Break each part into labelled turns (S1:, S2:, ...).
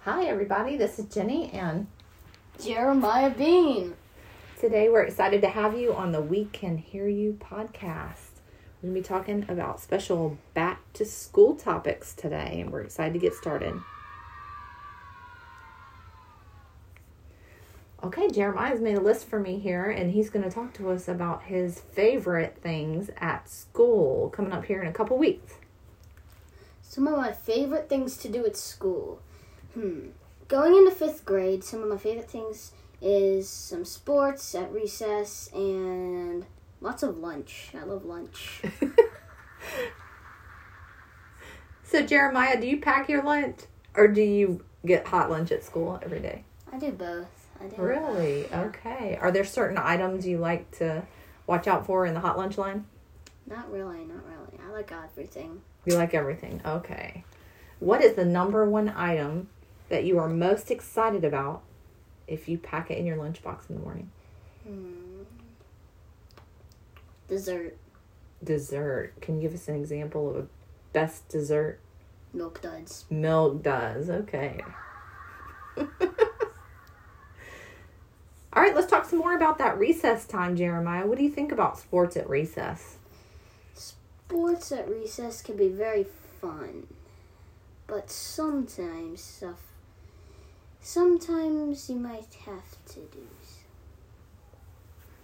S1: Hi, everybody. This is Jenny, and
S2: Jeremiah Bean.
S1: today we're excited to have you on the We Can Hear You podcast. We're going to be talking about special back to school topics today, and we're excited to get started. Okay, Jeremiah's made a list for me here, and he's going to talk to us about his favorite things at school coming up here in a couple weeks.
S2: Some of my favorite things to do at school. Hmm. Going into fifth grade, some of my favorite things is some sports at recess and lots of lunch. I love lunch.
S1: So, Jeremiah, do you pack your lunch, or do you get hot lunch at school every day?
S2: I do both. I do.
S1: Really? Okay. Are there certain items you like to watch out for in the hot lunch line?
S2: Not really, not really. I like everything.
S1: You like everything. Okay. What is the number one item that you are most excited about if you pack it in your lunchbox in the morning?
S2: Hmm. Dessert,
S1: Dessert. Can you give us an example of a best dessert?
S2: milk duds.
S1: Milk does. Okay. All right, let's talk some more about that recess time, Jeremiah. What do you think about sports at recess?
S2: Sports at recess can be very fun, but sometimes stuff. Sometimes you might have to do. s-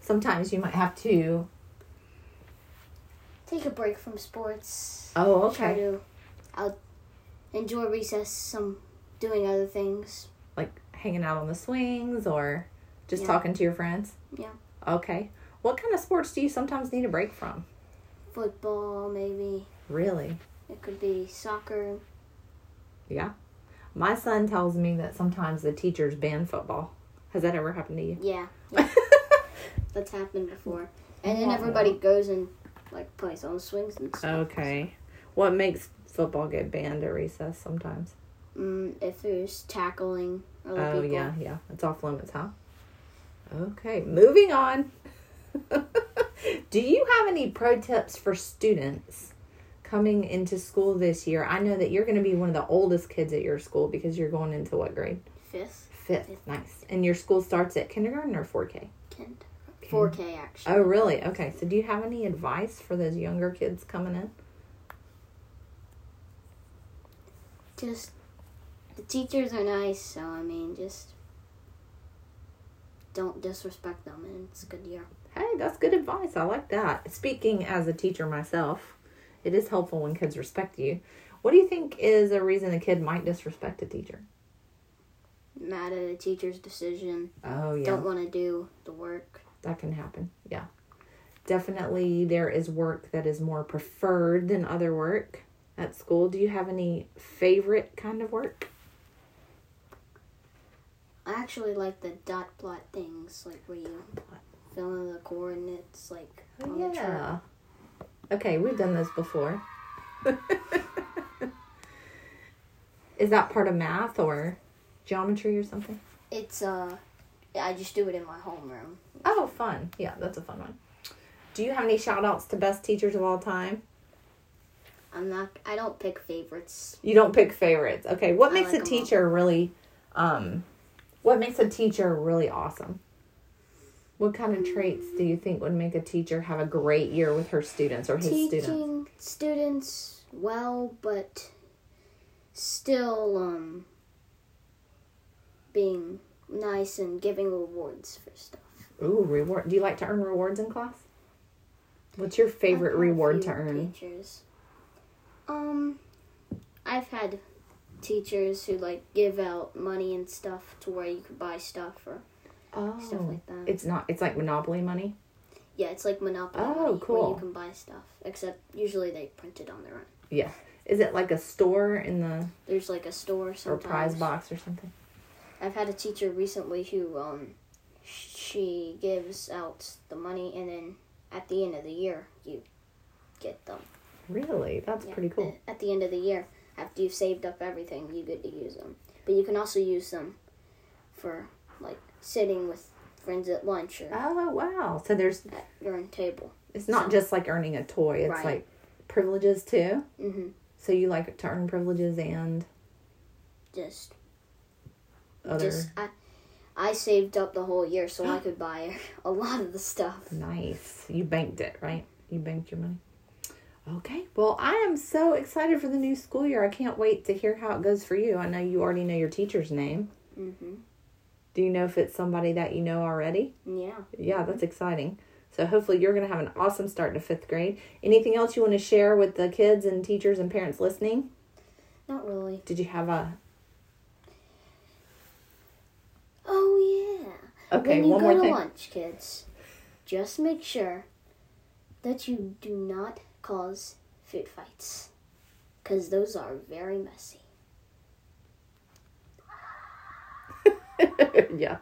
S1: Sometimes you might have to
S2: Take a break from sports.
S1: Oh,
S2: Try
S1: okay.
S2: to out enjoy recess. Some doing other things.
S1: Like hanging out on the swings or just
S2: Yeah.
S1: talking to your friends?
S2: Yeah.
S1: Okay. What kind of sports do you sometimes need a break from?
S2: Football, maybe
S1: Really?
S2: it could be soccer.
S1: Yeah. My son tells me that sometimes the teachers ban football. Has that ever happened to you?
S2: Yeah, that's happened before. And then
S1: Wah,
S2: everybody goes and like plays on swings and stuff.
S1: okay. What makes football get banned at recess sometimes?
S2: Mm, if there's tackling other
S1: Oh,
S2: people.
S1: yeah, yeah. It's off limits, huh? Okay, moving on. Do you have any pro tips for students coming into school this year? I know that you're going to be one of the oldest kids at your school because you're going into what grade?
S2: Fifth.
S1: Fifth. Nice. And your school starts at kindergarten or 4K?
S2: Kent. 4K actually.
S1: Oh, really? Okay. So, do you have any advice for those younger kids coming in?
S2: Just the teachers are nice, so I mean, just don't disrespect them, and it's a good year.
S1: Hey, that's good advice. I like that. Speaking as a teacher myself, it is helpful when kids respect you. What do you think is a reason a kid might disrespect a teacher?
S2: Mad at a teacher's decision.
S1: Oh, yeah.
S2: Don't want to do the work.
S1: that can happen. Yeah. Definitely there is work that is more preferred than other work at school. Do you have any favorite kind of work?
S2: I actually like the dot plot things, like where you fill in the coordinates, like on the chart.
S1: Oh, Yeah. Okay, we've done this before. is that part of math or geometry or something?
S2: It's uh, I just do it in my homeroom.
S1: Oh, fun. Yeah, that's a fun one. Do you have any shout outs to best teachers of all time?
S2: I'm not. I don't pick favorites.
S1: You don't pick favorites. Okay, what
S2: I
S1: makes a
S2: like 'em all.
S1: teacher really um what makes a teacher really awesome? What kind of traits do you think would make a teacher have a great year with her students or his
S2: teaching
S1: students?
S2: students. well, but still um, being nice and giving rewards for stuff.
S1: Ooh, reward. Do you like to earn rewards in class? What's your favorite
S2: I've had a
S1: reward
S2: few
S1: to earn?
S2: Teachers. Um, I've had teachers who like give out money and stuff to where you could buy stuff or
S1: Oh,
S2: stuff like that.
S1: it's not it's like Monopoly money.
S2: yeah, it's like Monopoly
S1: Oh,
S2: money where
S1: cool.
S2: you can buy stuff. Except usually they print it on their own.
S1: Yeah. Is it like a store in the
S2: There's like a store
S1: or
S2: sometimes.
S1: prize box or something?
S2: I've had a teacher recently who um she gives out the money and then at the end of the year you get them.
S1: Really? That's
S2: Yeah,
S1: pretty cool.
S2: At the end of the year, after you've saved up everything, you get to use them. But you can also use them for like sitting with friends at lunch or
S1: Oh wow! So there's
S2: at your own table.
S1: it's not just like earning a toy. It's
S2: Right.
S1: like privileges too.
S2: hmm
S1: So you like to earn privileges and
S2: Just
S1: other
S2: Just I, I saved up the whole year so I could buy a lot of the stuff.
S1: Nice. You banked it, right? You banked your money. Okay. Well, I am so excited for the new school year. I can't wait to hear how it goes for you. I know you already know your teacher's name.
S2: hmm
S1: Do you know if it's somebody that you know already?
S2: Yeah.
S1: Yeah, that's exciting. So hopefully you're going to have an awesome start to 5th grade. Anything else you want to share with the kids and teachers and parents listening?
S2: Not really.
S1: Did you have a
S2: Oh yeah.
S1: Okay,
S2: when you
S1: one
S2: go
S1: more
S2: to
S1: thing.
S2: lunch, kids, just make sure that you do not cause food fights, because those are very messy.
S1: yeah.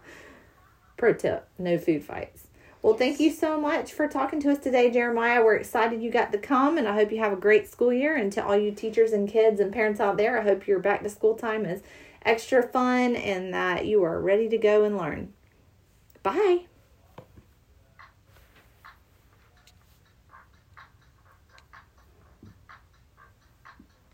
S1: Pro tip, no food fights. Well, thank you so much for talking to us today, Jeremiah. We're excited you got to come, and I hope you have a great school year. And to all you teachers and kids and parents out there, I hope your back to school time is extra fun and that you are ready to go and learn. Bye.